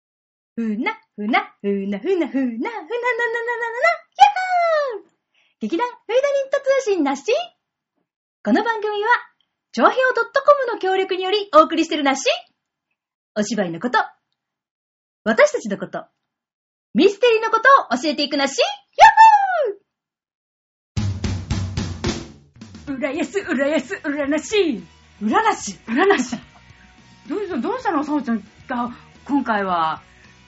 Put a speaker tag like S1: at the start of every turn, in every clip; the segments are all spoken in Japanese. S1: ふな、ふな、ふな、ふな、ふな、ふな、ふな、な、な、な、な、な、な、やっほー劇団フリーダニット通信なっしーこの番組は、ちょうへお .com の協力によりお送りしてるなっしーお芝居のこと、私たちのこと、ミステリーのことを教えていくなっしーやっほーうらやす、うらやす、うらなし
S2: うらなし、うらなし。どうした、どうしたの、さおちゃん。あ、今回は、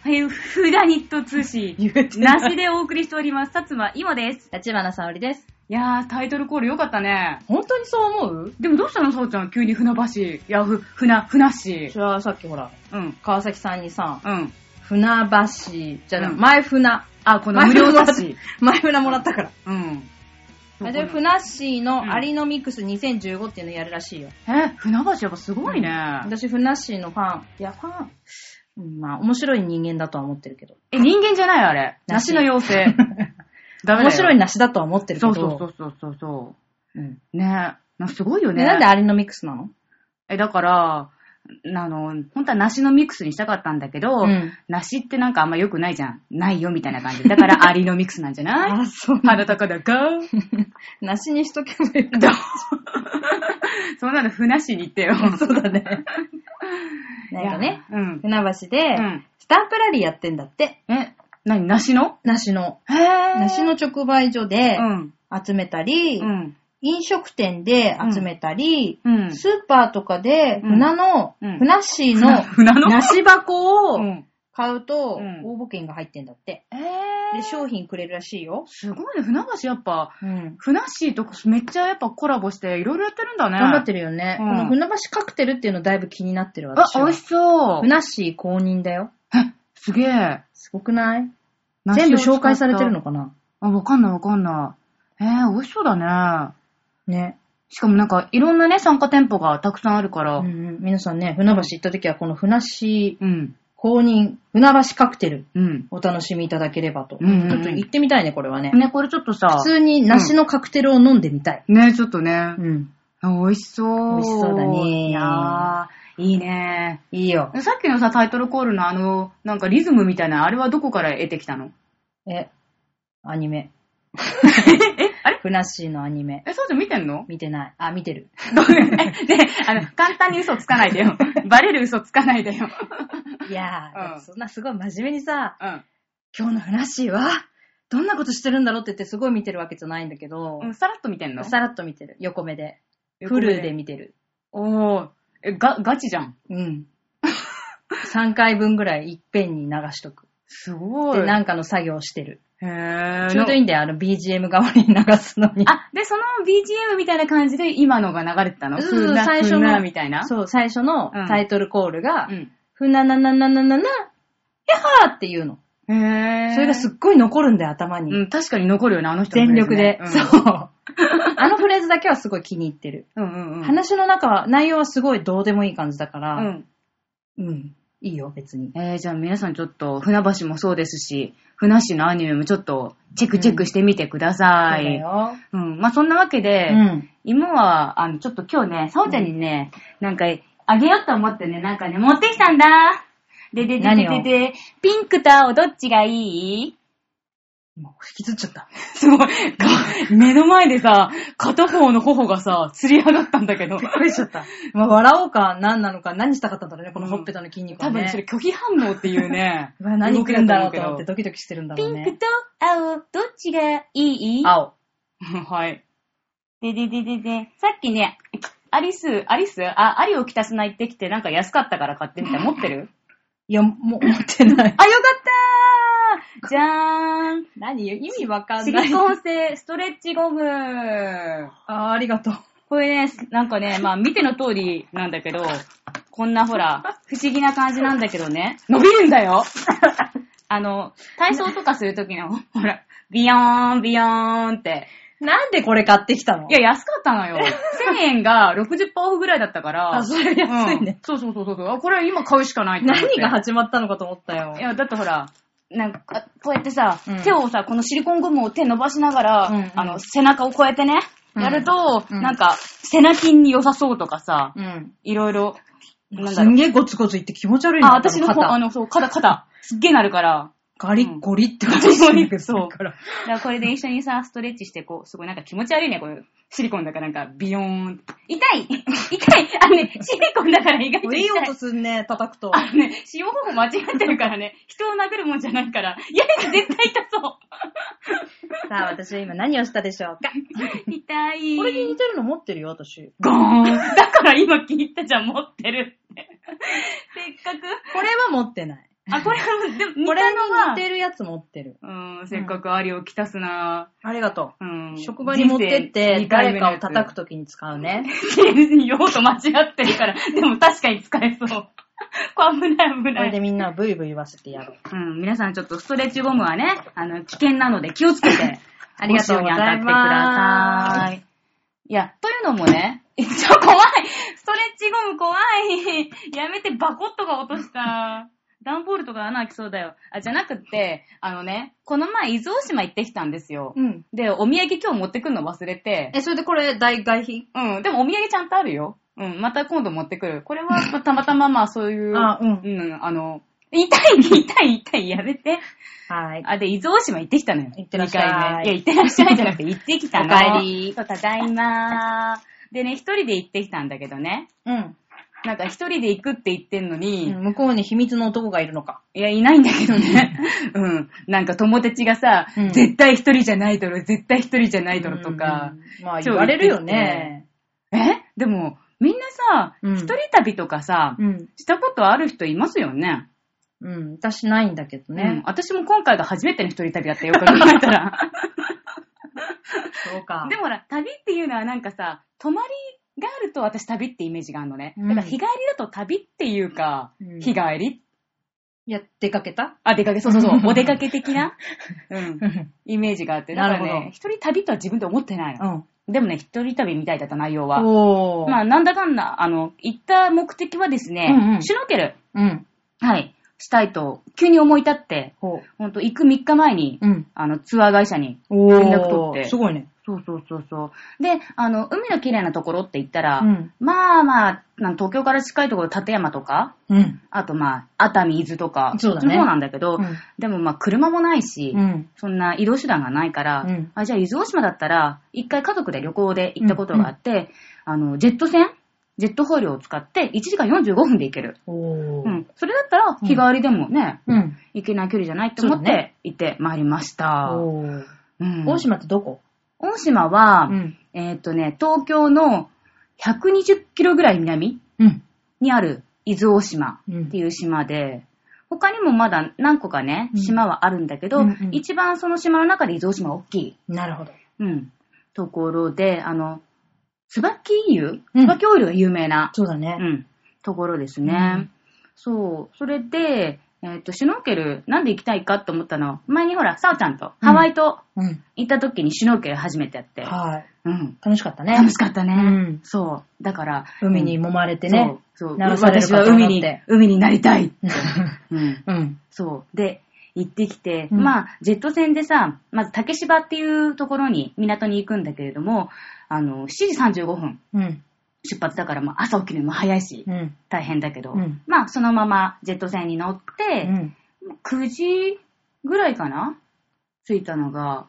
S2: はい、フラニット通 信。
S1: 言えて
S2: な
S1: な
S2: し
S1: し。
S2: でお送りしております。さつま、いもです。
S1: 立花沙織です。
S2: いやー、タイトルコールよかったね。
S1: 本当にそう思う
S2: でもどうしたの、さおちゃん。急に船橋。いや、ふ、船、船
S1: じ
S2: 橋。
S1: ゃあさっきほら、
S2: うん、
S1: 川崎さんにさ、
S2: うん。
S1: 船橋、じゃない、
S2: うん
S1: 前船。
S2: あ、この
S1: 前
S2: 無
S1: 船
S2: 料
S1: もら
S2: だ
S1: った
S2: し。
S1: 前船もらったから。
S2: うん。
S1: あじゃあ
S2: ふ
S1: 船橋
S2: うん
S1: のアリノミクス2015っていうのやるらしいよ。
S2: え、船橋やっぱすごいね。
S1: 私、船橋のファン。いや、ファン。うんまあ、面白い人間だとは思ってるけど。
S2: え、人間じゃないあれ。
S1: 梨
S2: 梨の妖精。 ダメだよ
S1: 面白いなしだとは思ってるけ
S2: そ
S1: ど。
S2: うそうそうそうそうそ
S1: うん
S2: う。ねなんかすごいよ
S1: で
S2: ね。
S1: なんでアリノミクスなの
S2: え、だから、あの、本当は梨のミックスにしたかったんだけど、
S1: うん
S2: 梨ってなんかあんま良くないじゃん。ないよみたいな感じ。だからアリのミックスなんじゃない
S1: あ、そう。
S2: 鼻高だ か
S1: 梨にしとけばよかっ
S2: どうそんなの船しに行ってよ。
S1: た。 そうだね。なんかね、
S2: いや。うん。
S1: 船橋で
S2: うん、
S1: スタンプラリーやってんだって。
S2: え、なに、梨の
S1: 梨の。
S2: へぇ
S1: 梨の直売所で
S2: うん。
S1: 集めたり、
S2: うん。
S1: 飲食店で集めたり、
S2: うん。
S1: スーパーとかで
S2: うん
S1: 船の、
S2: うん
S1: 船市
S2: 船
S1: の
S2: 船の
S1: 梨箱を
S2: うん。
S1: 買うと
S2: うん
S1: 応募券が入ってんだって。
S2: え
S1: で、
S2: ー。
S1: 商品くれるらしいよ。
S2: すごいね、船橋やっぱ、
S1: うん。
S2: ふなっしーとめっちゃやっぱコラボしていろいろやってるんだね。
S1: 頑張ってるよね。
S2: うん
S1: この船橋カクテルっていうのだいぶ気になってる
S2: あ
S1: 私、
S2: 美
S1: は
S2: 味。しそう。
S1: 船市公認だよ。
S2: すげえ。
S1: すごくない全部紹介されてるのかな
S2: あ、わかんないわかんない。えー、美味しそうだね。
S1: ね。
S2: しかもなんか、いろんなね、参加店舗がたくさんあるから。
S1: う
S2: うん。
S1: んうん。皆さんね、船橋行った時はこの船市
S2: うん。
S1: 公認、船橋カクテル
S2: うん。
S1: お楽しみいただければと。
S2: うんうんうん
S1: ちょっと行ってみたいね、これはね。
S2: ね、これちょっとさ
S1: 普、通に梨のカクテルを飲んでみたい。
S2: ね、ちょっとね
S1: う、ん。
S2: あ美味しそ
S1: 美
S2: う。
S1: 味しそうだね
S2: いやー、いいね。
S1: いいよ。
S2: さっきのさ、タイトルコールのあの、なんかリズムみたいな、あれはどこから得てきたの
S1: え、アニメ。
S2: え、あれ
S1: ふなっしーのアニメ。
S2: え、そうじゃん見てんの
S1: 見てない。あ、見てる。
S2: ね、あの、簡単に嘘つかないで よ。バレる嘘つかないでよ。
S1: いやー、
S2: うん
S1: だってそんなすごい真面目にさ、
S2: うん。
S1: 今日のふなっしーは、どんなことしてるんだろうって言ってすごい見てるわけじゃないんだけど、
S2: うん、さらっと見てんの
S1: さらっと見てる。横目で。
S2: 横
S1: フ
S2: 目で
S1: ルで見てる。
S2: おー、え、が、ガチじゃん。
S1: うん。3回分ぐらいいっぺんに流しとく。
S2: すごい。
S1: で、なんかの作業してる。
S2: へー
S1: ちょうどいいんだよ、あの BGM 代わりに流すのに。
S2: あ、で、その BGM みたいな感じで今のが流れてたの
S1: そうそう
S2: ふな
S1: 最初の
S2: ふなみたいな。
S1: そう、最初の
S2: うん
S1: タイトルコールが、
S2: うん。
S1: ふななななななな、やっはーっていうの。
S2: へー
S1: それがすっごい残るんだよ、頭に。
S2: うん、確かに残るよね、あの人の
S1: 全
S2: フレーズ
S1: 力で
S2: ね。
S1: そう。 あのフレーズだけはすごい気に入ってる。
S2: うん。うんうんうん。
S1: 話の中は、内容はすごいどうでもいい感じだか
S2: う
S1: ら、
S2: ん。
S1: うん、いいよ、別に。
S2: えー、じゃあ皆さんちょっと、船橋もそうですし、船橋のアニメもちょっと、チェックチェックしてみてくださ
S1: そうだ
S2: い。
S1: よ。
S2: うん。まあ、そんなわけで、
S1: うん。
S2: 芋は、あの、ちょっと今日ね、さおちゃんにね、なんか、あげようと思ってね、なんかね、持ってきたんだ。でででで
S1: 何を
S2: でで、ピンクと青どっちがいい
S1: もう引きずっちゃった。
S2: すごい、目の前でさ、片方の頬がさ、釣り上がったんだけど
S1: びっくりしちゃ った。まあ、笑おうか、何なのか、何したかったんだろうね、このほっぺたの筋肉は
S2: 多
S1: ね。。
S2: 分それ拒否反応っていうね
S1: うわ何来るんだろうと思って
S2: 動
S1: ドキドキしてるんだ
S2: き
S1: ろう
S2: だと思うけど
S1: ね。
S2: ピンクと青どっちがいい
S1: 青。
S2: はい。ででででで、さっきね、アリス、アリスあ、アリを着たすな行ってきて、なんか安かったから買ってみた。持って る
S1: いや、もう、持ってない。
S2: あ、よかったーじゃーん
S1: 何意味わか
S2: シ
S1: んな
S2: リ
S1: い。
S2: コン製ストレッチゴム
S1: あー、ありがとう。
S2: これね、なんかね、まあ見ての通りなんだけど、こんなほら、不思議な感じなんだけどね、伸びるんだ よあの、体操とかするときの、ほら、ビヨーン、ビヨーンって。
S1: なんでこれ買ってきたの
S2: いや、安かったのよ。1000円が60%オフぐらいだったから。
S1: あそれ安いね
S2: うんそうそうそうそう。あ、これ今買うしかないと思って
S1: 何が始まったのかと思ったよ
S2: い。や、だってほら、なんか、あこうやってさ、
S1: うん
S2: 手をさ、このシリコンゴムを手伸ばしながら、
S1: うんうん
S2: あの、背中をこうやってね、
S1: うん
S2: やると、
S1: うん
S2: なんか、背中筋に良さそうとかさ、
S1: うん。
S2: いろいろ、なん
S1: す
S2: だろ
S1: ん
S2: う。
S1: げえゴツゴツ言って気持ち悪いんだ
S2: あ、私の
S1: 肩
S2: ほ、あの、そう、肩、肩。すっげえなるから。
S1: ガリ
S2: う
S1: ッ
S2: ん
S1: ゴリってことしてるけど、
S2: そう
S1: だから。
S2: だからこれで一緒にさ、ストレッチして、こう、すごいなんか気持ち悪いね、これ。シリコンだからなんか、ビヨーン。痛い 痛いあのね、シリコンだから意外と痛い。
S1: いい音すんね、叩 くと。
S2: あのね、使用方法間違ってるからね、 人を殴るもんじゃないから、いや、絶対痛そ
S1: さあ、私は今何をしたでしょうか。
S2: う。痛い。
S1: これに似てるの持ってるよ、私。
S2: ゴーン。だから今聞いたじゃん、持ってるって。せっかく。
S1: これは持ってない。
S2: あ、これは、でも、
S1: こ
S2: 似
S1: れ
S2: た
S1: に
S2: のは
S1: 似、てるやつ持ってる。
S2: うん、せっかくありをきたすな
S1: ありがとう。
S2: うん。
S1: 職場に持ってって、誰かを叩く
S2: と。
S1: ときに使うね。
S2: 用途間違ってるから、 でも確かに使えそう。 これ危ない危
S1: こ
S2: な
S1: れで
S2: い。
S1: みんなをブイブイ言わせてやろう。
S2: うん、皆さんちょっとストレッチゴムはね、あの、危険なので気をつけ て、
S1: ありがとうござい
S2: ご使用に当たってくだ
S1: ま
S2: さい。
S1: す。
S2: いや、というのもね、 ちょ、怖いストレッチゴム怖い やめてバコッとか落とした。段ボールとか穴開きそうだよ。あ、じゃなくって、あのね、この前伊豆大島行ってきたんですよ。
S1: うん。
S2: で、お土産今日持ってくるの忘れて、
S1: え、それでこれ、大外品
S2: うん、でもお土産ちゃんとあるよ。うん、また今度持ってくる。これ は、まあたまたままあそういう、
S1: あうん
S2: あの、痛い、痛い、痛い、やめて。
S1: はい。
S2: あ、で、伊豆大島行ってきたのよ。
S1: 行ってらっしゃい
S2: 二回目いや、行ってらっしゃいじゃなくて、行ってきたの。
S1: お帰り
S2: そう、ただいまでね、一人で行ってきたんだけどね。
S1: うん。
S2: なんか一人で行くって言ってんのに、
S1: うん向こうに秘密の男がいるのか。
S2: いや、いないんだけど ね。うん。なんか友達がさ、
S1: うん
S2: 絶対一人じゃないだろ、絶対一人じゃないだろとか。
S1: うん。まあ、言われるよね。
S2: えでも、みんなさ、
S1: うん
S2: 一人旅とかさ、
S1: うん。
S2: したことある人いますよね。
S1: うん。私ないんだけど
S2: うん
S1: ね。
S2: 私も今回が初めての一人旅だったよ、よく考えたら。
S1: そうか
S2: で。もほら、旅っていうのはなんかさ、泊まりがあると私旅ってイメージがあるのね。
S1: うん
S2: だから日帰りだと旅っていうか、
S1: うん
S2: 日帰り
S1: いや、出かけた
S2: あ、出かけ、そうそうそう、お出かけ的 な、 うん、
S1: うん。
S2: イメージがあって。だ
S1: な
S2: か
S1: る
S2: ら
S1: ほど
S2: ね、一人旅とは自分で思ってないの。でもね、一人旅みたいだった内容は。
S1: おー。
S2: まあ、なんだかんだ、あの、行った目的はですね、
S1: うんうん
S2: シュノーケル、
S1: うん。
S2: はい、したいと、急に思い立って、
S1: ほ
S2: ほんと、行く3日前に、
S1: う。うん。
S2: あの、ツアー会社に。
S1: お
S2: 連絡取って
S1: すごいね。
S2: そうそうそうそう。で、あの、海の綺麗なところって言ったら、
S1: うん
S2: まあまあ、なん東京から近いところ、立山とか、
S1: うん。
S2: あとまあ、熱海、伊豆とか、
S1: そうだね
S2: っちの方なんだけど、
S1: うん
S2: でもまあ、車もないし、
S1: うん。
S2: そんな移動手段がないから、
S1: うん
S2: あじゃあ伊豆大島だったら、一回家族で旅行で行ったことがあって、あの、ジェット船ジェットホイールを使って1時間45分で行ける。
S1: お
S2: う
S1: ー。
S2: ん。それだったら日帰りでもね、
S1: うん。
S2: 行けない距離じゃないって思っ
S1: そうだ
S2: て行ってまいりました。
S1: おー。
S2: うん
S1: 大島ってどこ
S2: 大島は、
S1: ん。
S2: えーっとね、東京の120キロぐらい南
S1: うん。
S2: にある伊豆大島
S1: うん
S2: っていう島で、他にもまだ何個かね、
S1: うん
S2: 島はあるんだけど、
S1: うんうん
S2: 一番その島の中で伊豆大島が大きい。
S1: なるほど。
S2: うん。ところで、あの、椿湯
S1: うん
S2: 椿オイルが有名な、
S1: そうだ
S2: う
S1: ね
S2: ん、。ところですね。
S1: うん
S2: そう。それで、えっ、と、シュノーケル、なんで行きたいかと思ったの、前にほら、さおちゃんとハワイと
S1: うん。
S2: 行った時にシュノーケル初めてやって、
S1: はい。
S2: うん。
S1: 楽しかったね。
S2: 楽しかったね。
S1: うん
S2: そう。だから、
S1: 海に揉まれてね。
S2: そうそう
S1: 鳴らされる
S2: 私
S1: か
S2: は
S1: と思
S2: 海
S1: っ
S2: に
S1: て、
S2: 海になりたい。 うん。
S1: うん。
S2: そう。で、行ってきて、
S1: うん
S2: まあ、ジェット船でさ、まず竹芝っていうところに、港に行くんだけれども、あの、7時35分
S1: うん。
S2: 出発だから、まあ、朝起きるのも早いし、
S1: うん。
S2: 大変だけど、
S1: うん
S2: まあ、そのままジェット船に乗っ
S1: う
S2: て、
S1: ん。
S2: 9時ぐらいかな着いたのが。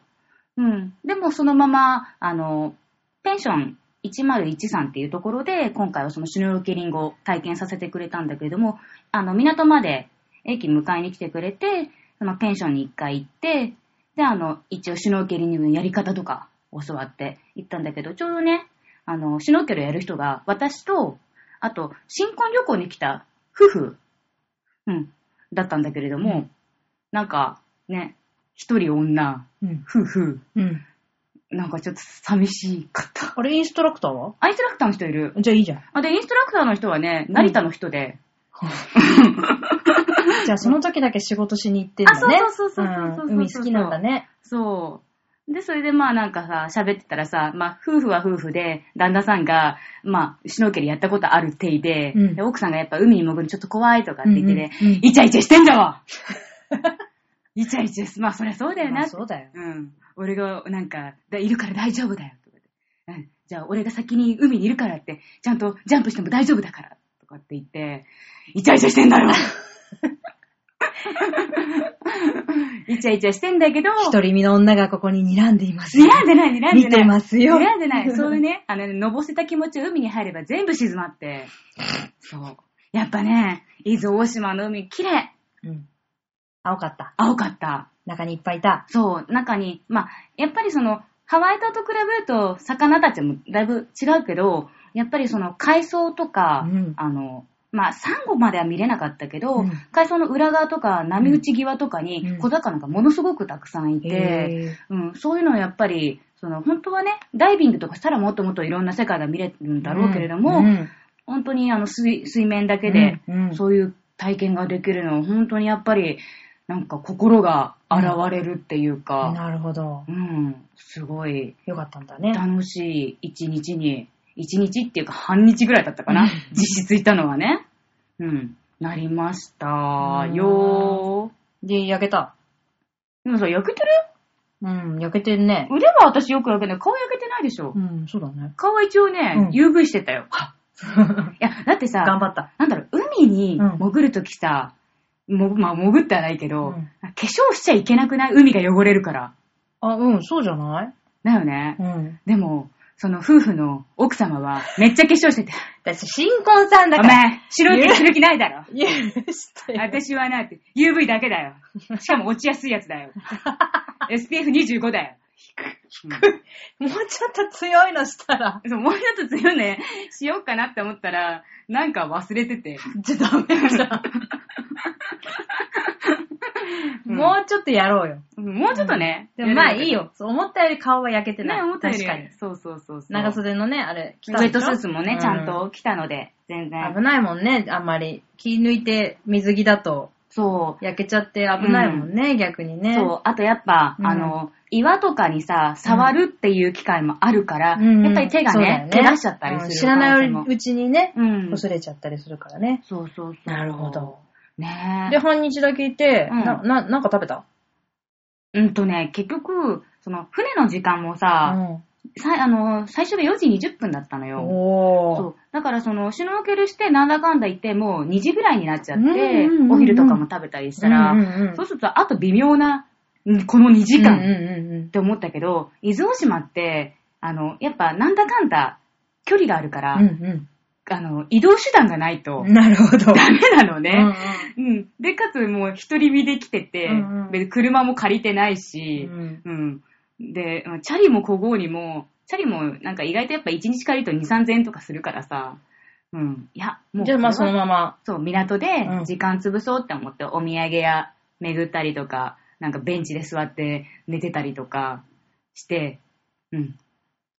S2: うん。でも、そのまま、あの、ペンション、1013っていうところで、今回はそのシュノーケリングを体験させてくれたんだけれども、あの、港まで駅迎えに来てくれて、そのペンションに一回行って、で、あの、一応シュノーケリングのやり方とか教わって行ったんだけど、ちょうどね、あの、シュノーケルやる人が、私と、あと、新婚旅行に来た夫婦、うん、だったんだけれども、
S1: うん
S2: なんか、ね、一人女、
S1: うん。
S2: 夫婦、
S1: うん。
S2: なんかちょっと寂しかった。
S1: あれ、インストラクターは
S2: アインストラクターの人いる。
S1: じゃあいいじゃん。
S2: あ、で、インストラクターの人はね、成田の人で。
S1: じゃあその時だけ仕事しに行ってんだね。
S2: あそうそうそうそうそうそうそうん
S1: 海好きなんだね。
S2: そう。で、それでまあなんかさ、喋ってたらさ、まあ夫婦は夫婦で、旦那さんが、まあ、シュノーケルやったことある手で、
S1: うん
S2: で奥さんがやっぱ海に潜るのちょっと怖いとかって言ってね、
S1: うんうんうん
S2: イチャイチャしてん だわイチャイチャす。まあそりゃそうだよ
S1: ま
S2: な
S1: あ
S2: って
S1: そうだよ。
S2: うん。俺が、なんか、だいるから大丈夫だよ。とか言ってうん。じゃあ、俺が先に海にいるからって、ちゃんとジャンプしても大丈夫だから。とかって言って、イチャイチャしてんだよ。イチャイチャしてんだけど、
S1: 一人身の女がここに睨んでいます。
S2: 睨んでない、睨んでない。
S1: 見てますよ
S2: 睨んでない。そういうね、あのね、のぼせた気持ちを海に入れば全部静まって。そう。やっぱね、伊豆大島の海、綺麗。
S1: うん。青かった。
S2: 青かった。
S1: 中にいっぱいいた。
S2: そう、中に、まあ、やっぱりその、ハワイ島と比べると、魚たちもだいぶ違うけど、やっぱりその海藻とか、
S1: うん
S2: あの、まあ、サンゴまでは見れなかったけ
S1: う
S2: ど、
S1: ん
S2: 海藻の裏側とか波打ち際とか
S1: うん
S2: に小魚がものすごくたくさんいて、
S1: へ
S2: うんそういうのはやっぱり、その本当はね、ダイビングとかしたらもっともっといろんな世界が見れるん
S1: ー
S2: だろうけれども、
S1: うんうん
S2: 本当にあの水水面だけで
S1: うんうん
S2: そういう体験ができるのは本当にやっぱりなんか心が洗われるっていうか、
S1: なるほど
S2: う。ん、すごい
S1: よかったんだね。
S2: 楽しい一日に、一日っていうか半日ぐらいだったかな、実質いたのはね。うん、なりましたよ
S1: で、焼けた。
S2: ー。でもさ、焼けてる
S1: うん、焼けてんね。
S2: 腕は私よく焼けない。顔焼けてないでしょ。
S1: うん、そうだね。
S2: 顔は一応ね、UV してたよ。いや、だってさ、
S1: 頑張った。
S2: なんだろう、海に
S1: うん
S2: 潜るときさ、も、まあ、潜ってはないけ
S1: う
S2: ど、
S1: ん
S2: 化粧しちゃいけなくない海が汚れるから。
S1: あ、うん、そうじゃない
S2: だよね。
S1: うん。
S2: でも、その夫婦の奥様は、めっちゃ化粧してて、
S1: 私、新婚さんだ
S2: お
S1: から。
S2: 前、白い毛する気ないだろ。
S1: 許してよ。
S2: 私はなって、UV だけだよ。しかも落ちやすいや つだよ。SPF25 だよ。
S1: もうちょっと強いのしたら。
S2: そうもうちょっと強いね、しようかなって思ったら、なんか忘れてて。
S1: じゃ、ダメだ。もうちょっとやろうよ。
S2: うんもうちょっとね。
S1: でもまあ
S2: やれば
S1: いいよ。そう思ったより顔は焼けてない。
S2: ね、思ったより。
S1: 確かに。
S2: そうそうそうそう。
S1: 長袖のね、あれ、着
S2: ウ
S1: たで
S2: ェッ
S1: しょ
S2: トスーツもね、ちゃん。と着たので、全
S1: うん
S2: 然。
S1: 危ないもんね、あんまり。気抜いて水着だと
S2: そう。
S1: 焼けちゃって危ないもんね、逆にね。
S2: そう。あとやっぱ、
S1: うん
S2: あの、岩とかにさ、触るっていう機会もあるから、
S1: うん
S2: やっぱり手が
S1: そうだよ
S2: ね、手出しちゃったり
S1: う
S2: す
S1: ん
S2: る。
S1: 知らな
S2: 可能
S1: いうちにね、
S2: 性もうん。
S1: 擦れちゃったりするからね。
S2: そうそうそう。
S1: なるほど。
S2: ね
S1: で、半日だけいて、
S2: うん
S1: な、な、なんか食べた
S2: え。うんとね、結局、その、船の時間もさ、
S1: ん。
S2: さあの、最初が4時20分だったのよ。
S1: おー。
S2: そう。だからその、シュノーケルして、なんだかんだ言って、もう2時ぐらいになっちゃっ
S1: うんうん
S2: て
S1: うんう、ん
S2: お昼とかも食べたりしたら、
S1: うんうんうん
S2: そうすると、あと微妙な、うんこの2時間
S1: うんうんうんうん
S2: っ。て思ったけど、伊豆大島って、あの、やっぱなんだかんだ距離があるから、
S1: うん
S2: あの、移動手段がない
S1: う
S2: と
S1: ん。なるほど。
S2: ダメなの
S1: うんう
S2: ね。うん、で、かつもう一人身で来てて、
S1: うんうん
S2: 別に車も借りてない
S1: ん
S2: し
S1: う、ん
S2: うん、で、チャリも小郷にも、チャリもなんか意外とやっぱ1日借りると2、3000円とかするからさ、うん。いや、もう。
S1: じゃあまあそのまま。
S2: そう、港で
S1: うん
S2: 時間潰そうって思って、お土産屋巡ったりとか、なんかベンチで座って寝てたりとかして、うん。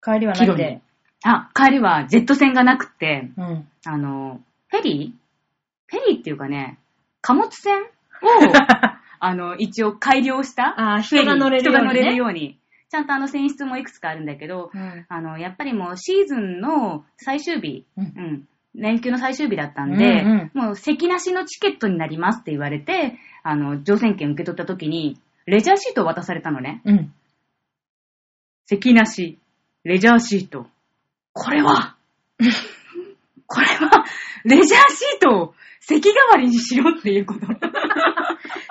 S1: 帰りはなく
S2: 帰路に
S1: て。
S2: あ、帰りはジェット船がなくて、
S1: うん。
S2: あの、フェリーフェリーっていうかね、貨 物船を、あの、一応改良した。
S1: あー
S2: フェリー
S1: 人が乗れるようにね
S2: 人が乗れるように。ちゃんとあの船室もいくつかあるんだけど、
S1: うん。
S2: あの、やっぱりもうシーズンの最終日、
S1: う
S2: うんん、連休の最終日だったん
S1: う
S2: で、
S1: ん
S2: もう席なしのチケットになりますって言われて、あの、乗船券受け取った時に、レジャーシートを渡されたのね。
S1: うん。
S2: 席なし、レジャーシート。こ れは、これは、レジャーシートを席代わりにしろっていうこと。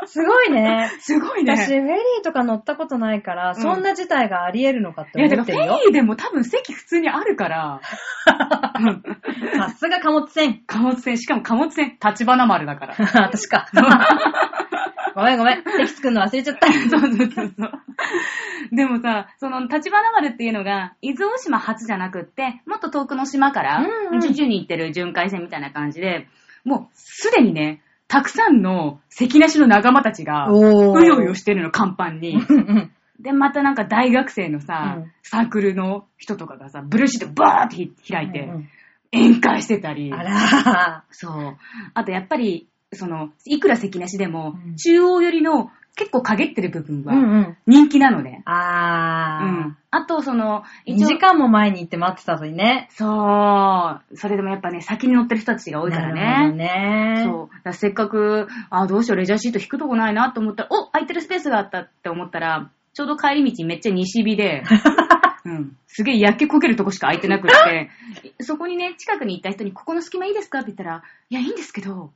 S1: すごいね。
S2: すごいね。
S1: 私、フェリーとか乗ったことないから、
S2: ん
S1: そんな事態があり得るのかっ
S2: い
S1: て
S2: や、だか
S1: 思
S2: ら
S1: って
S2: フェ
S1: るよ。
S2: リーでも多分席普通にあるから、
S1: さすが貨物 船。
S2: 貨物船、しかも貨物船、立花丸だから。
S1: 私 か。ごめんごめん。席作るの忘れちゃった。
S2: そうそうそうそう。でもさ、その、立花丸っていうのが、伊豆大島初じゃなくって、もっと遠くの島から
S1: うんうん、
S2: 宇宙に行ってる巡回船みたいな感じで、もう、すでにね、たくさんの関なしの仲間たちが、う
S1: おー
S2: ようよしてるの、甲板に。
S1: うんうん
S2: で、またなんか大学生のさ、
S1: うん
S2: サークルの人とかがさ、ブルーシートバーってひ開いて、
S1: うん
S2: 宴会してた
S1: う
S2: り
S1: ん。あ。ら
S2: そう。あとやっぱり、その、いくら関なしでも
S1: うん、
S2: 中央寄りの結構陰ってる部分
S1: ー。うん
S2: は、
S1: うん。
S2: 人気なのね。う
S1: あ
S2: ん。あと、その、
S1: ー。2時間も前に行って待ってたのにね。
S2: そう。それでもやっぱね、先に乗ってる人たちが多いから
S1: なるほど
S2: ね。
S1: ね。
S2: そう。だからせっかく、あどうしよう、レジャーシート引くとこないなと思ったら、お空いてるスペースがあったって思ったら、ちょうど帰り道めっちゃ西日で、うん、すげえ焼けこけるとこしか空いてなくって、そこにね、近くに行った人に、ここの隙間いいですかって言ったら、いや、いいんですけど、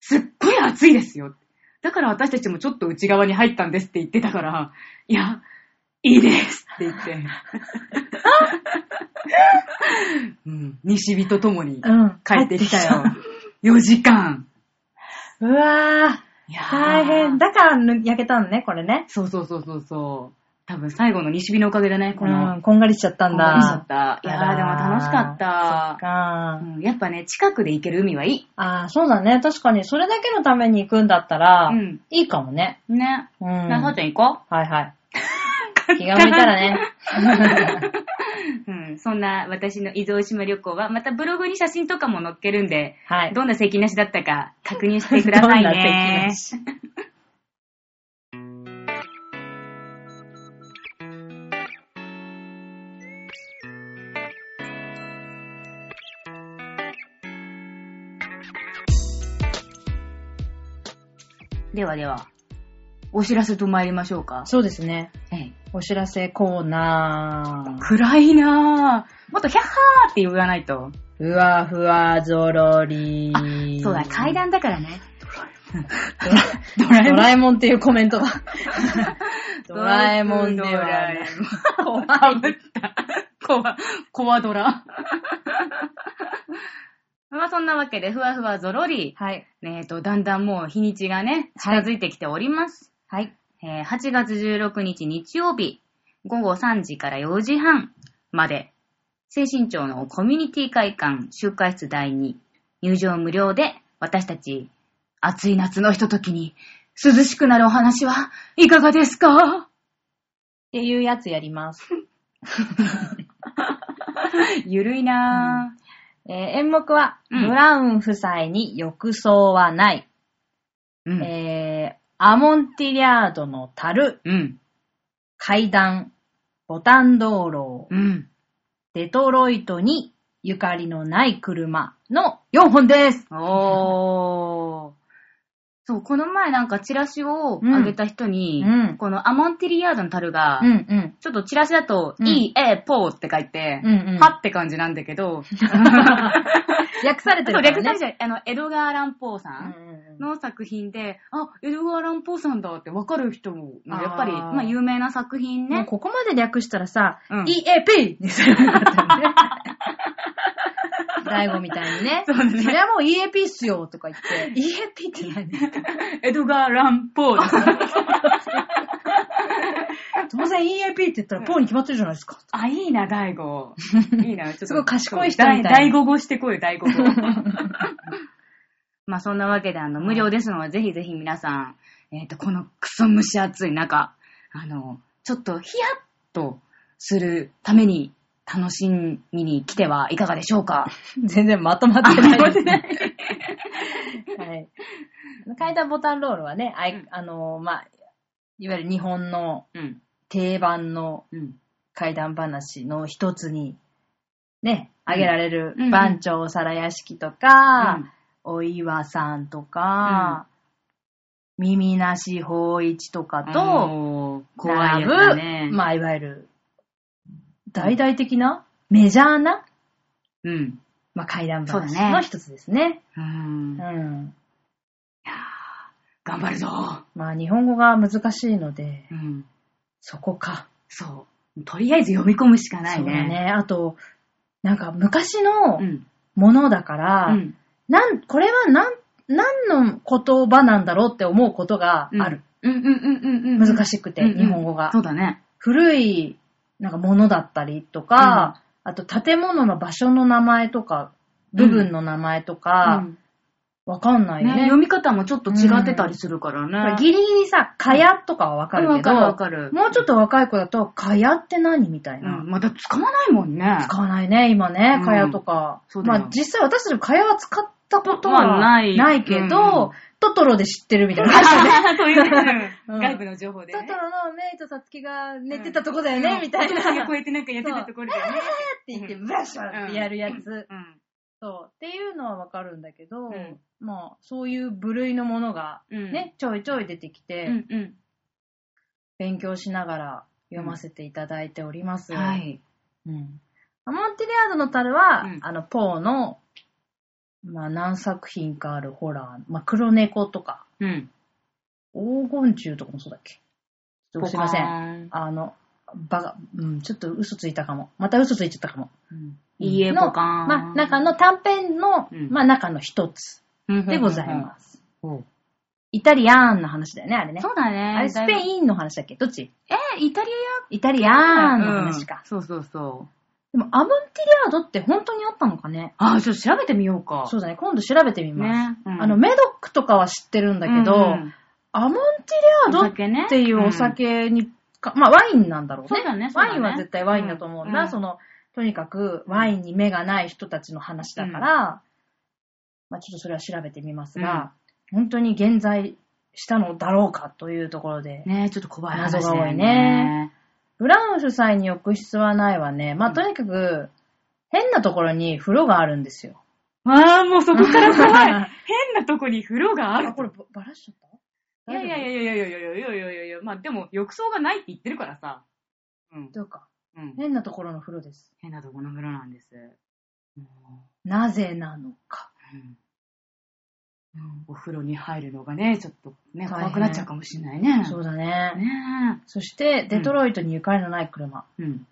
S2: すっごい暑いですよ。だから私たちもちょっと内側に入ったんですって言ってたから、いや、いいですって言って。うん、西日と共に
S1: うん。
S2: 帰ってきたよ。4時間。
S1: うわ
S2: い
S1: ー、
S2: やー
S1: 大変。だからぬ焼けたのね、これね。
S2: そうそうそうそうそう。多分最後の西日のおかげだね、この。
S1: うん、こんがりしちゃったんだ。
S2: しちゃった。いやー、でも楽しかっ
S1: そ
S2: た
S1: っ。か
S2: うんやっぱね、近くで行ける海はいい。
S1: ああ、そうだね。確かに、それだけのために行くんだったら、
S2: うん
S1: いいかもね。
S2: ね。
S1: うん。
S2: なさちゃん行こ
S1: はい はい。気が向いたらね。
S2: う。うん。そんな私の伊豆大島旅行は、またブログに写真とかも載っけるんで、
S1: はい。
S2: どんな席なしだったか確認してくださ い
S1: どんな
S2: ね
S1: 席な。し
S2: ではでは、お知らせと参りましょうか。
S1: そうですね。
S2: ええ
S1: お知らせコーナ
S2: 暗いなぁ。もっとヒャッハーって言わないと。
S1: ー。ふわふわぞろりー。
S2: そうだ、階段だからね。
S1: ドラドラえもんっていうコメントだ。 ドラえもんで
S2: ド
S1: はな
S2: ラ
S1: い
S2: え。もん。怖ぶった。怖、怖ドラ。まあそんなわけで、ふわふわぞろり。
S1: はい。
S2: えっ、と、だんだんもう日にちがね、近づいてきております。
S1: はい。
S2: えー8月16日日曜日、午後3時から4時半まで、精神庁のコミュニティ会館集会室第2、入場無料で、私たち、暑い夏のひとときに、涼しくなるお話はいかがですか
S1: っていうやつやり ます。
S2: ゆるいなぁ。
S1: えー演目は、
S2: うん
S1: ブラウン夫妻に浴槽はない。
S2: うん。
S1: えーアモンティリアードの樽、
S2: うん。
S1: 階段、ボタン道路、
S2: うん。
S1: デトロイトにゆかりのない車の4本です。
S2: おー。そう、この前なんかチラシをあげた人に、
S1: うん
S2: このアモンティリアードの樽が、
S1: うんうん。
S2: ちょっとチラシだと、
S1: うん
S2: E, A, ポーって書いて、
S1: うんうん
S2: はって感じなんだけど、
S1: 略されて
S2: そう
S1: るから
S2: 略
S1: ね。
S2: されちゃう、あの、エドガー・ランポーさ
S1: うん
S2: ん
S1: うんうん
S2: の作品で、あ、エドガー・ランポーさんだってわかる人も、
S1: あー
S2: やっぱり、まあ、有名な作品
S1: もう
S2: ね。
S1: ここまで略したらさ、
S2: うん
S1: EAP! にすればよかったよね。 大悟みたいにね。
S2: そうね
S1: それはもう EAP っすよとか言って。EAP って何
S2: エドガー・ランポーです。
S1: 当然 EAP って言ったらポーに決まってるじゃないですか。
S2: あ、いいな、大 悟。いいな、ちょっと。
S1: すごい賢い人みたいな
S2: 大大悟語してこい、大悟語。 まあそんなわけで、あの、無料ですので、ぜひぜひ皆さん、えっ、と、このクソ蒸し暑い中、あの、ちょっとヒヤッとするために、楽しみに来てはいかがでしょうか。
S1: 全然まとまって ない。はい。階段ボタンロールはね、あい
S2: うん
S1: あのー、まあ、いわゆる日本の
S2: うん。
S1: 定番の
S2: うん。
S1: 怪談話の一つに、ね、あげられる
S2: うん
S1: 番長皿屋敷とか、
S2: うん
S1: お岩さんとか、耳なし法一とかと、
S2: と、怖い
S1: 並
S2: や
S1: ぶ
S2: つだね。
S1: まあ、いわゆる、大々的な、メジャーな、
S2: うん。
S1: まあ、怪談
S2: そうだ
S1: 話
S2: ね
S1: の一つですね。
S2: うん。
S1: うん。
S2: 頑張るぞ。
S1: まあ、日本語が難しいので、
S2: うん。
S1: そこか。
S2: そう。とりあえず読み込むしかない
S1: そ
S2: ね。
S1: うだね。あと、なんか昔の
S2: うん。
S1: ものだから、
S2: うん。
S1: なん、これはなん、何の言葉なんだろうって思うことがある。。
S2: うんうんうんうんうん。
S1: 難しくて、
S2: うんうん
S1: 日本語が
S2: そ。うだね。
S1: 古い、なんかものだったりとか、あと建物の場所の名前とか、部分の名前と
S2: う
S1: か、
S2: ん
S1: わ、かんない
S2: ね
S1: よね。
S2: 読み方もちょっと違ってたりするから
S1: だから
S2: ね。
S1: ギリギリさ、かやとかはわかるけど、
S2: うんわかるわかる
S1: もうちょっと若い子だと、かやって何みたいうな。
S2: ん、まだ使わないもんね。
S1: 使わないね、今ね
S2: う、ん
S1: かやとか。
S2: そうだ
S1: ま
S2: よ
S1: あ実際私たちもかやは使ったこと
S2: ま
S1: は
S2: あない
S1: ないけ
S2: うん
S1: ど、トトロで知ってるみたいな感じだね。
S2: そういうね、
S1: うん
S2: 外部の情報で
S1: ト
S2: ね。
S1: トロのメイとサツキが寝てたとこだよ
S2: う
S1: ね、
S2: ん
S1: みたいな。
S2: 私が
S1: っ
S2: こうやってなんかやってたところだよね。
S1: て言って、ブラッシャーってやるやつ。
S2: うん。
S1: そう。っていうのはわかるんだけど
S2: うん、
S1: まあ、そういう部類のものが、
S2: うん。
S1: ね、ちょいちょい出てき
S2: う
S1: て、
S2: んうん。
S1: 勉強しながら読ませていただいております。
S2: はい。
S1: うん。アモンティリアードの樽は、
S2: うん
S1: あの、ポーの、まあ、何作品かあるホラー、まあ、黒猫とか、
S2: うん。
S1: 黄金中とかもそうだっけちょっとすいません。
S2: ん。
S1: あの、バカ、うん、ちょっと嘘ついたかも。また嘘ついちゃったかも。
S2: いいえ、
S1: の
S2: ポカーン。
S1: まあ、中の短編の、
S2: うん
S1: まあ、中の一つでございます。イタリアンの話だよね、あれね。
S2: そうだね。
S1: あれ、スペ
S2: ン。
S1: インの話だっけどっち
S2: えー、イタリ
S1: イタリ
S2: ア
S1: アンの話か。
S2: そうそうそう。
S1: でも、アムンティリアードって本当にあったのかね
S2: あー、ちょっと調べてみようか。
S1: そうだね、今度調べてみ
S2: う
S1: ます。
S2: ね。うん
S1: あの、メドックとかは知ってるんだけど、
S2: うんうん
S1: アムンティリアード
S2: ね
S1: っていうお酒に、かまあワインなんだろうね。
S2: そうだねそう
S1: ワ
S2: だね
S1: インは絶対ワインだと思うんだ。
S2: うん
S1: その、とにかくワインに目がない人たちの話だから、まあちょっとそれは調べてみますが、本当に現在したのだろうかというところで、
S2: うんねちょっと怖い話だよ
S1: 謎が多いね。ブラウン主催に浴室はないわね。まあとにかく、変なところに風呂があるんですよ。
S2: あー、もう そこから怖い。変なとこに風呂がある
S1: あ、。こればばらしちゃった
S2: いやいや
S1: や。
S2: いやいやいやいやいやいやいやいやいや、まあでも浴槽がないって言ってるからさ。うん。
S1: どうか。
S2: うん。
S1: 変なところの風呂です。
S2: 変なとこの風呂なんです。も
S1: なぜなのか。
S2: ううんうんお風呂に入るのがね、ちょっとね、
S1: 大変
S2: 怖くなっちゃうかもしれないね。
S1: そううだね。
S2: ね
S1: そして、デトロイトにゆかりのない車。
S2: え。うん。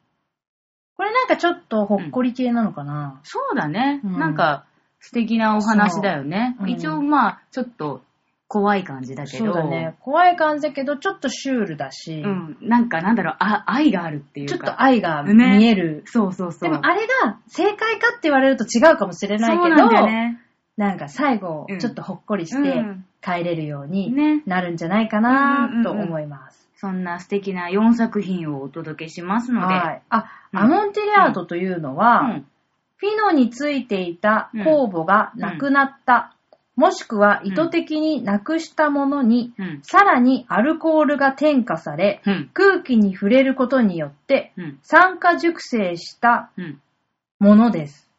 S1: これなんかちょっとほっこり系なのかな、
S2: そうだね。
S1: うん
S2: なんか、素敵なお話だよね。
S1: そううん
S2: 一応まあ、ちょっと怖い感じだけど。
S1: そうだね。。怖い感じだけど、ちょっとシュールだし、
S2: うん。なんか、なんだろう、あ愛があるっていう
S1: ちょ
S2: か。
S1: っと愛が見える。
S2: そうそうそ
S1: で
S2: う。
S1: もあれが正解かって言われると違うかもしれないけど、
S2: そうなんだよね。
S1: なんか最後
S2: うん
S1: ちょっとほっこりし
S2: う
S1: て
S2: ん
S1: 帰れるよう
S2: ね
S1: になるんじゃないかなと思います。
S2: そんな素敵な4作品をお届けしますので。
S1: はい。あ、
S2: うん
S1: アモンテリアードというのは、
S2: うん
S1: フィノについていた酵母がなくなった、もしくは意図的になくしたものに、
S2: うん。
S1: さらにアルコールが添加され、
S2: うん。
S1: 空気に触れることによって、
S2: うん。
S1: 酸化熟成した
S2: うん。
S1: ものです。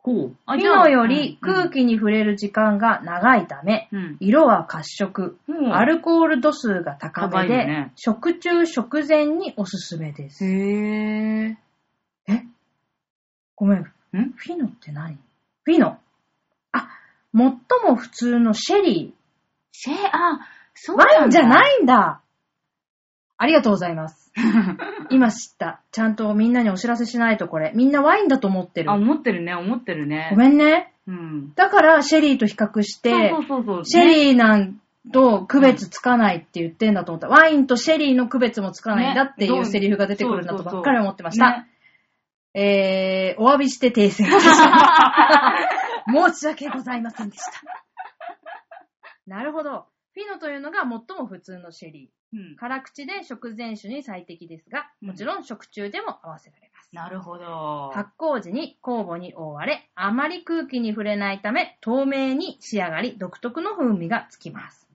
S2: こう。あ
S1: ミノより空。気に触れる時間が長いため、
S2: うん。
S1: 色は褐色、
S2: うん
S1: アルコール度数が高
S2: 高
S1: め
S2: い
S1: で、
S2: よね
S1: 食中食前におすすめで
S2: へ
S1: す。
S2: ぇ
S1: ごめん、
S2: ー。ん
S1: フィノって何フィノ。あ、最も普通のシェリ
S2: シェあ、そ
S1: ー。
S2: うな
S1: ワ
S2: んだ
S1: インじゃないいんだありがとうござい ます。今知った。ちゃんとみんなにお知らせしないとこれ。みんなワインだと思ってる
S2: あ、。思ってるね、思ってるね。
S1: ごめんね。
S2: うん。
S1: だから、シェリーと比較して、
S2: そうそうそうそう。
S1: シェリーなんと区別つかないって言ってんだと思った。ワインとシェリーの区別もつかないんだってい
S2: ね
S1: うセリフが出てくるんだとばっかり思ってまし
S2: そうそう
S1: た。えー、お詫びして訂正しま した。申し訳ございませんでした。なるほど。フィノというのが最も普通のシェリ
S2: そうねうん
S1: ー。辛口で食前酒に最適ですが、
S2: うん
S1: もちろん食中でも合わせられます。
S2: なるほど。
S1: 発酵時に酵母に覆われ、あまり空気に触れないため、透明に仕上がり、独特の風味がつきます。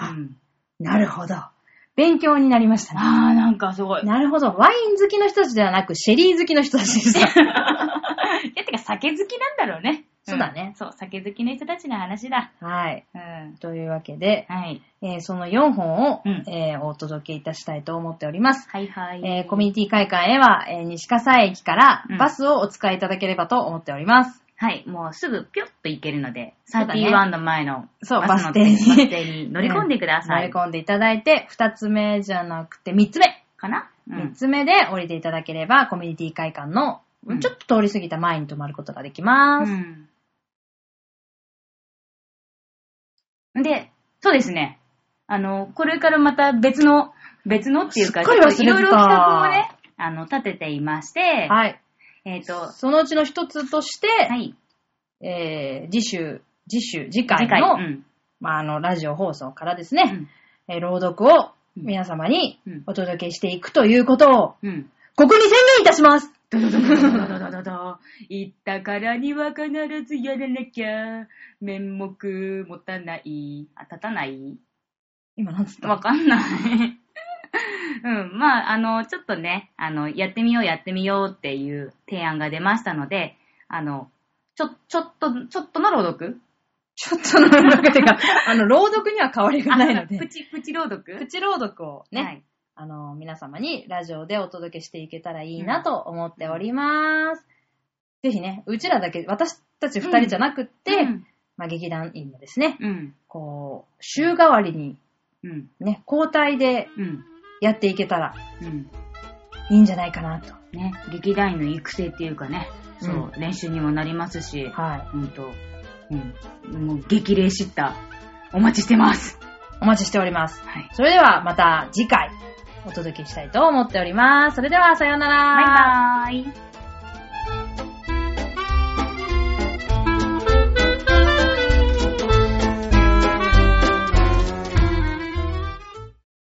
S2: うん。
S1: なるほど。勉強になりましたね。
S2: あー、なんかすごい。
S1: なるほど。ワイン好きの人たちではなく、シェリー好きの人たちでした。
S2: いや、てか酒好きなんだろうね。
S1: そうだね
S2: んそう、酒好きの人たちの話だ。
S1: はい。
S2: うん。
S1: というわけで、
S2: はい。
S1: えーその4本を、
S2: うん
S1: えーお届けいたしたいと思っております。
S2: はいはい。
S1: えーコミュニティ会館へは、えー西葛西駅から
S2: うん
S1: バスをお使いいただければと思っております。
S2: はい、もうすぐぴょっと行けるので、
S1: そうだね
S2: 31の前の
S1: そう
S2: バス
S1: バス
S2: の
S1: 停に
S2: バス停に乗り込んでください。
S1: 乗り込んでいただいて、2つ目じゃなくて3つ目
S2: かなう
S1: 三
S2: ん。
S1: つ目で降りていただければ、コミュニティ会館の
S2: うん、
S1: ちょっと通り過ぎた前に泊まることができます。
S2: うん。で、そうですね。あの、これからまた別の、別のっていうか、
S1: すっかり忘れてた
S2: いろいろ企画をね、あの、立てていまして、
S1: はい。
S2: えっ、と、は
S1: そのうちの一つとして、
S2: い、
S1: えー、次週、次週、次
S2: 次
S1: 回
S2: 回、
S1: の、
S2: うん。
S1: まあ、あの、ラジオ放送からです
S2: う
S1: ね、
S2: ん
S1: えー朗読を皆様に
S2: うん
S1: お届けしていくということを、
S2: うん。
S1: ここに宣言いたします
S2: ドドドドドドドドド。言ったからには必ずやらなきゃ、面目持たない。あ、立たない
S1: 今なんつった
S2: わかん ない。うん、まあ、あの、ちょっとね、あの、やってみよう、やってみようっていう提案が出ましたので、あの、ちょ、ちょっと、ちょっとの朗読
S1: ちょっとなんだけが、あの、朗読には変わりがないの
S2: あプ
S1: で、
S2: チ、プチ朗読
S1: プチ朗読をね、
S2: はい。
S1: あの、皆様にラジオでお届けしていけたらいいなと思っております。ぜひね、うちらだけ、私たち二人じゃなくって、
S2: うん
S1: まあ、劇団員のですね、
S2: うん。
S1: こう、週替わりに
S2: うん。
S1: ね、交代で
S2: うん。
S1: やっていけたら
S2: うん。
S1: いいんじゃないかなと。
S2: ね、劇団員の育成っていうかね、そう、練習にもなりますし、
S1: はい。
S2: ほんと、うん。もう激励知った。お待ちしてます。
S1: お待ちしております。
S2: はい。
S1: それではまた次回お届けしたいと思っております。それではさようなら。
S2: バイバーイ。